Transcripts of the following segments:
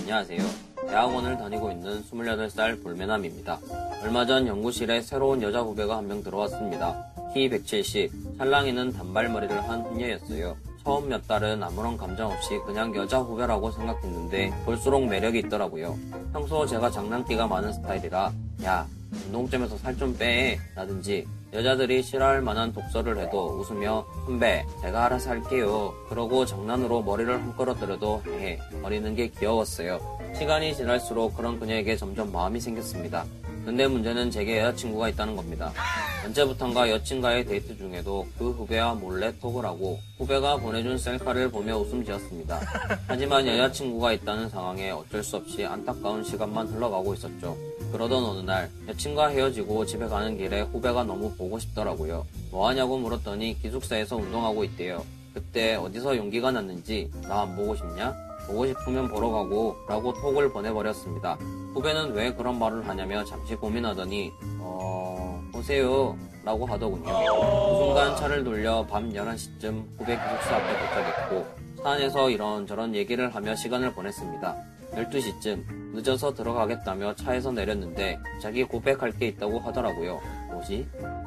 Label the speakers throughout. Speaker 1: 안녕하세요. 대학원을 다니고 있는 28살 볼메남입니다. 얼마 전 연구실에 새로운 여자 후배가 한 명 들어왔습니다. 키 170, 찰랑이는 단발머리를 한 혼녀였어요. 처음 몇 달은 아무런 감정 없이 그냥 여자 후배라고 생각했는데 볼수록 매력이 있더라고요. 평소 제가 장난기가 많은 스타일이라 야 운동점에서 살 좀 빼 라든지 여자들이 싫어할 만한 독설을 해도 웃으며 선배 제가 알아서 할게요 그러고 장난으로 머리를 헝끌어뜨려도 헤헤 버리는 게 귀여웠어요 시간이 지날수록 그런 그녀에게 점점 마음이 생겼습니다 근데 문제는 제게 여자친구가 있다는 겁니다 언제부턴가 여친과의 데이트 중에도 그 후배와 몰래 톡을 하고 후배가 보내준 셀카를 보며 웃음 지었습니다 하지만 여자친구가 있다는 상황에 어쩔 수 없이 안타까운 시간만 흘러가고 있었죠 그러던 어느 날 여친과 헤어지고 집에 가는 길에 후배가 너무 보고 싶더라고요. 뭐하냐고 물었더니 기숙사에서 운동하고 있대요. 그때 어디서 용기가 났는지 나 안 보고 싶냐? 보고 싶으면 보러 가고 라고 톡을 보내버렸습니다. 후배는 왜 그런 말을 하냐며 잠시 고민하더니 어... 보세요 라고 하더군요. 그 순간 차를 돌려 밤 11시쯤 후배 기숙사 앞에 도착했고 차 안에서 이런저런 얘기를 하며 시간을 보냈습니다. 12시쯤 늦어서 들어가겠다며 차에서 내렸는데 자기 고백할 게 있다고 하더라고요. 뭐지?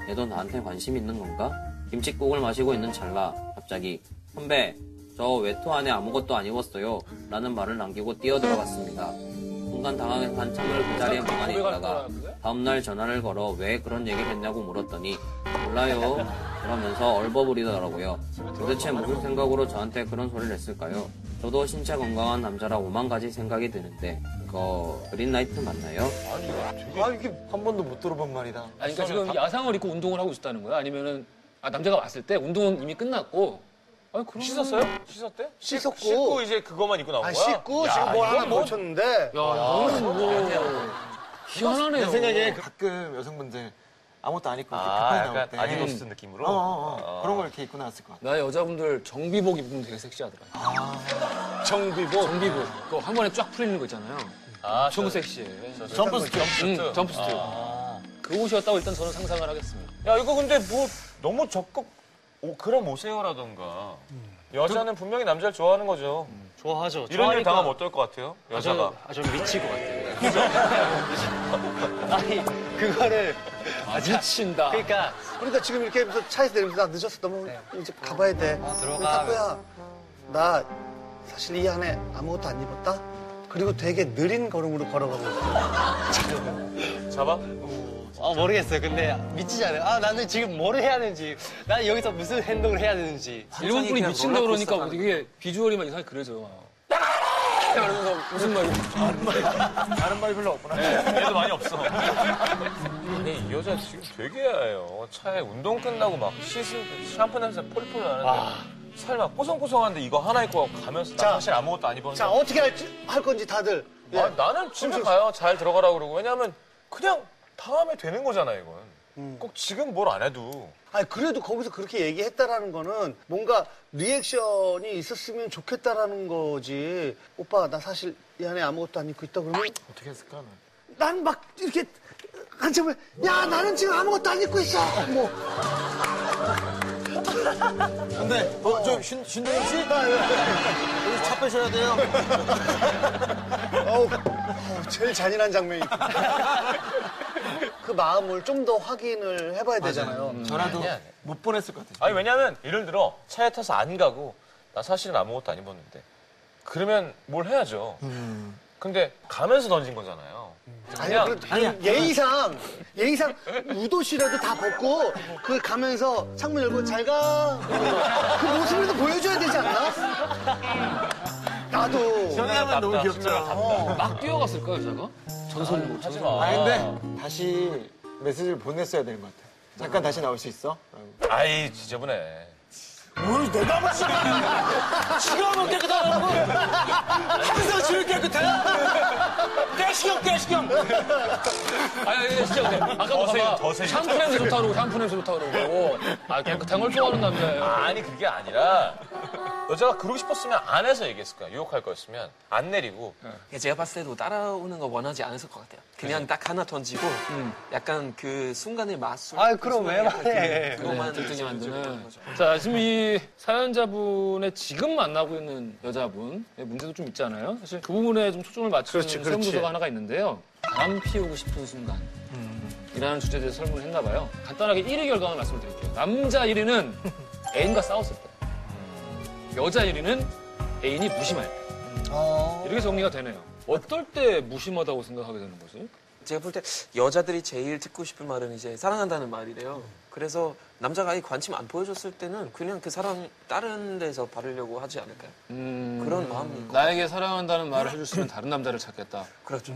Speaker 1: 얘도 나한테 관심 있는 건가? 김칫국을 마시고 있는 찰나 갑자기 선배 저 외투 안에 아무것도 안 입었어요 라는 말을 남기고 뛰어들어갔습니다. 순간 당황해서 한참을 그 자리에 멍하니 있다가 다음날 전화를 걸어 왜 그런 얘기를 했냐고 물었더니 몰라요 그러면서 얼버무리더라고요. 도대체 무슨 생각으로 저한테 그런 소리를 했을까요? 저도 신체 건강한 남자라 오만 가지 생각이 드는데 그거 그린라이트 맞나요?
Speaker 2: 아 이게 한 번도 못 들어본 말이다.
Speaker 3: 아니, 그러니까 지금 야상을 입고 운동을 하고 있었다는 거야? 아니면은 아, 남자가 왔을 때 운동은 이미 끝났고 아니 그러면
Speaker 4: 씻었어요? 씻었대?
Speaker 2: 씻었고.
Speaker 4: 씻고 이제 그거만 입고 나온
Speaker 2: 아
Speaker 4: 거야? 뭐
Speaker 2: 씻고 지금 뭘 하나 놓쳤는데
Speaker 3: 야, 너는 뭐 희한하네요.
Speaker 2: 내 생각에 가끔 여성분들 아무것도 안 입고 이렇게
Speaker 4: 아,
Speaker 2: 급하게 나올
Speaker 4: 약간
Speaker 2: 때
Speaker 4: 아디다스 느낌으로?
Speaker 2: 어, 어, 어. 그런 걸 이렇게 입고 나왔을 것 같아.
Speaker 3: 나 여자분들 정비복 입으면 되게 섹시하더라. 정비복? 정비복. 그거 한 번에 쫙 풀리는 거 있잖아요.
Speaker 4: 아,
Speaker 3: 너무
Speaker 4: 저-
Speaker 3: 섹시해.
Speaker 4: 점프스트.
Speaker 3: 음,
Speaker 4: 점프스트.
Speaker 3: 점프스트. 그 옷이었다고 일단 저는 상상을 하겠습니다.
Speaker 4: 야, 이거 근데 뭐 너무 적극, 오, 그럼 오세요라던가. 여자는 분명히 남자를 좋아하는 거죠.
Speaker 5: 좋아하죠.
Speaker 4: 이런 일
Speaker 5: 좋아하니까
Speaker 4: 당하면 어떨 것 같아요? 여자가.
Speaker 5: 아, 저, 아, 저 미칠 것 같아요. 아니, 그거를.
Speaker 3: 아, 미친다.
Speaker 5: 그러니까,
Speaker 2: 그러니까 지금 이렇게 무슨 차에서 내리면서 나 늦었어. 너무 이제 가봐야 돼. 네. 들어가. 타코야, 나 사실 이 안에 아무것도 안 입었다. 그리고 되게 느린 걸음으로 걸어가고 있어.
Speaker 4: 잡아?
Speaker 5: 아, 모르겠어요. 근데 미치지 않아요. 아, 나는 지금 뭘 해야 하는지. 난 여기서 무슨 행동을 해야 되는지.
Speaker 3: 일본 분이 미친다 그러니까 이게 비주얼이 막 이상하게 그려져요. 그러면서 무슨 말이
Speaker 4: 네, 얘도 많이 없어. 근데 이 여자 지금 되게 야해요. 차에 운동 끝나고 막 씻은 샴푸 냄새 폴폴 나는데. 살 막 뽀송뽀송한데 이거 하나 입고 가면서 나
Speaker 2: 자.
Speaker 4: 사실 아무것도 안 입었는데.
Speaker 2: 자, 어떻게 할지, 할 건지 다들. 예.
Speaker 4: 아, 나는 집에 가요. 잘 들어가라 그러고. 왜냐하면 그냥 다음에 되는 거잖아, 이건. 꼭 지금 뭘 안 해도.
Speaker 2: 아니 그래도 거기서 그렇게 얘기했다라는 거는 뭔가 리액션이 있었으면 좋겠다라는 거지. 오빠 나 사실 이 안에 아무것도 안 입고 있다 그러면
Speaker 4: 어떻게 했을까? 나
Speaker 2: 난 막 이렇게 한참을 야 나는 지금 아무것도 안 입고 있어. 뭐.
Speaker 6: 근데 어, 저 신, 신동엽 씨?
Speaker 4: 아, 예.
Speaker 6: 여기 차 빼셔야 돼요.
Speaker 2: 어우, 어우, 제일 잔인한 장면이. 그 마음을 좀 더 확인을 해봐야 되잖아요.
Speaker 4: 음,
Speaker 2: 음.
Speaker 6: 저라도 음, 못 보냈을 것 같아요.
Speaker 4: 아니, 왜냐면 예를 들어 차에 타서 안 가고 나 사실은 아무것도 안 입었는데. 그러면 뭘 해야죠. 근데 가면서 던진 거잖아요.
Speaker 2: 아니,
Speaker 4: 그냥-
Speaker 2: 그래도 예의상, 예의상 우도씨라도 다 벗고 그 가면서 창문 열고 잘 가. 그 모습이라도 보여줘야 되지 않나?
Speaker 4: 아,
Speaker 2: 나도.
Speaker 6: 정해하면 너무 귀엽죠.
Speaker 3: 막 뛰어갔을까 여자가? 전선으로
Speaker 4: 하지
Speaker 3: 전선으로.
Speaker 4: 마.
Speaker 6: 아,
Speaker 4: 어.
Speaker 6: 근데 다시 메시지를 보냈어야 되는 것 같아요. 잠깐 다시 나올 수 있어? 라고.
Speaker 4: 아이, 지저분해.
Speaker 6: 뭘 내가 봤어? 시간은 깨끗하다고 항상 지금 깨끗해 깨시경 깨시경
Speaker 3: 아니, 아니 진짜 근데 아까
Speaker 4: 더 세요,
Speaker 3: 봐봐
Speaker 4: 더 세요.
Speaker 3: 샴푸 냄새 그 좋다 그러고 샴푸 냄새 좋다 그러고 아 깨끗한 걸 좋아하는 남자예요.
Speaker 4: 아니, 그게 아니라 여자가 그러고 싶었으면 안 해서 얘기했을 거야. 유혹할 거였으면 안 내리고.
Speaker 7: 제가 봤을 때도 따라오는 거 원하지 않았을 것 같아요. 그냥 딱 하나 던지고 약간 그 순간의 맛술.
Speaker 5: 아, 그럼 왜 말해?
Speaker 7: 그것만
Speaker 3: 들뜨게 만드는.
Speaker 7: 거죠.
Speaker 3: 자, 지금 이 사연자분의 지금 만나고 있는 여자분의 문제도 좀 있잖아요. 사실 그 부분에 좀 초점을 맞추는
Speaker 2: 그렇지, 그렇지.
Speaker 3: 설문조사가 하나가 있는데요. 바람 피우고 싶은 순간. 이라는 주제에 대해서 설문을 했나 봐요. 간단하게 1위 결과만 말씀드릴게요. 남자 1위는 애인과 싸웠을 때. 여자 1위는 애인이 무심할 때. 이렇게 정리가 되네요. 어떨 때 무심하다고 생각하게 되는 거지?
Speaker 7: 제가 볼 때 여자들이 제일 듣고 싶은 말은 이제 사랑한다는 말이래요. 그래서 남자가 아예 관심 안 보여줬을 때는 그냥 그 사랑 다른 데서 바르려고 하지 않을까요?
Speaker 3: 음,
Speaker 7: 그런 마음이 있고.
Speaker 3: 나에게 사랑한다는 말을 해줬으면 다른 남자를 찾겠다. 어.
Speaker 7: 그렇죠.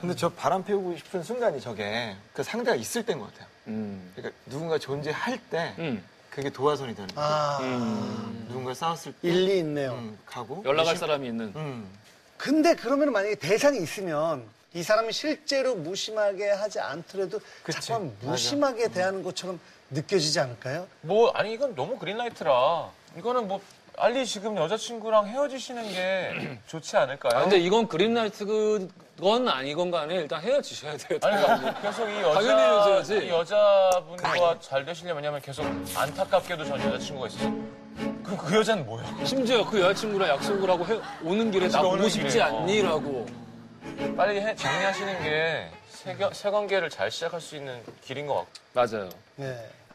Speaker 6: 근데 저 바람 피우고 싶은 순간이 저게 그 상대가 있을 때인 것 같아요.
Speaker 3: 음.
Speaker 6: 그러니까 누군가 존재할 때
Speaker 3: 음.
Speaker 6: 그게 도화선이 되는 거예요. 음.
Speaker 2: 아,
Speaker 6: 누군가 싸웠을 때
Speaker 2: 일리 있네요.
Speaker 6: 음, 가고
Speaker 3: 연락할 사람이 있는.
Speaker 6: 음.
Speaker 2: 근데 그러면 만약에 대상이 있으면 이 사람이 실제로 무심하게 하지 않더라도 자꾸만 무심하게 대하는 것처럼 느껴지지 않을까요?
Speaker 4: 뭐 아니 이건 너무 그린라이트라. 이거는 뭐 알리 지금 여자친구랑 헤어지시는 게 좋지 않을까요?
Speaker 3: 아, 근데 이건 그린라이트건 아니건 간에 일단 헤어지셔야 돼요.
Speaker 4: 아니 그러니까 계속 이
Speaker 3: 당연히
Speaker 4: 여자
Speaker 3: 헤어져야지.
Speaker 4: 이 여자분과 잘 되시려면 왜냐면 계속 안타깝게도 전 여자친구가 있어서 그럼 그 여자는 뭐야?
Speaker 3: 심지어 그 여자친구랑 약속을 하고 헤- 오는 길에 나
Speaker 4: 같이
Speaker 3: 보고
Speaker 4: 오는
Speaker 3: 싶지
Speaker 4: 길에, 어.
Speaker 3: 않니라고.
Speaker 4: 빨리 해- 정리하시는 게 새, 겨- 새 관계를 잘 시작할 수 있는 길인 것 같고
Speaker 3: 맞아요.
Speaker 2: 네.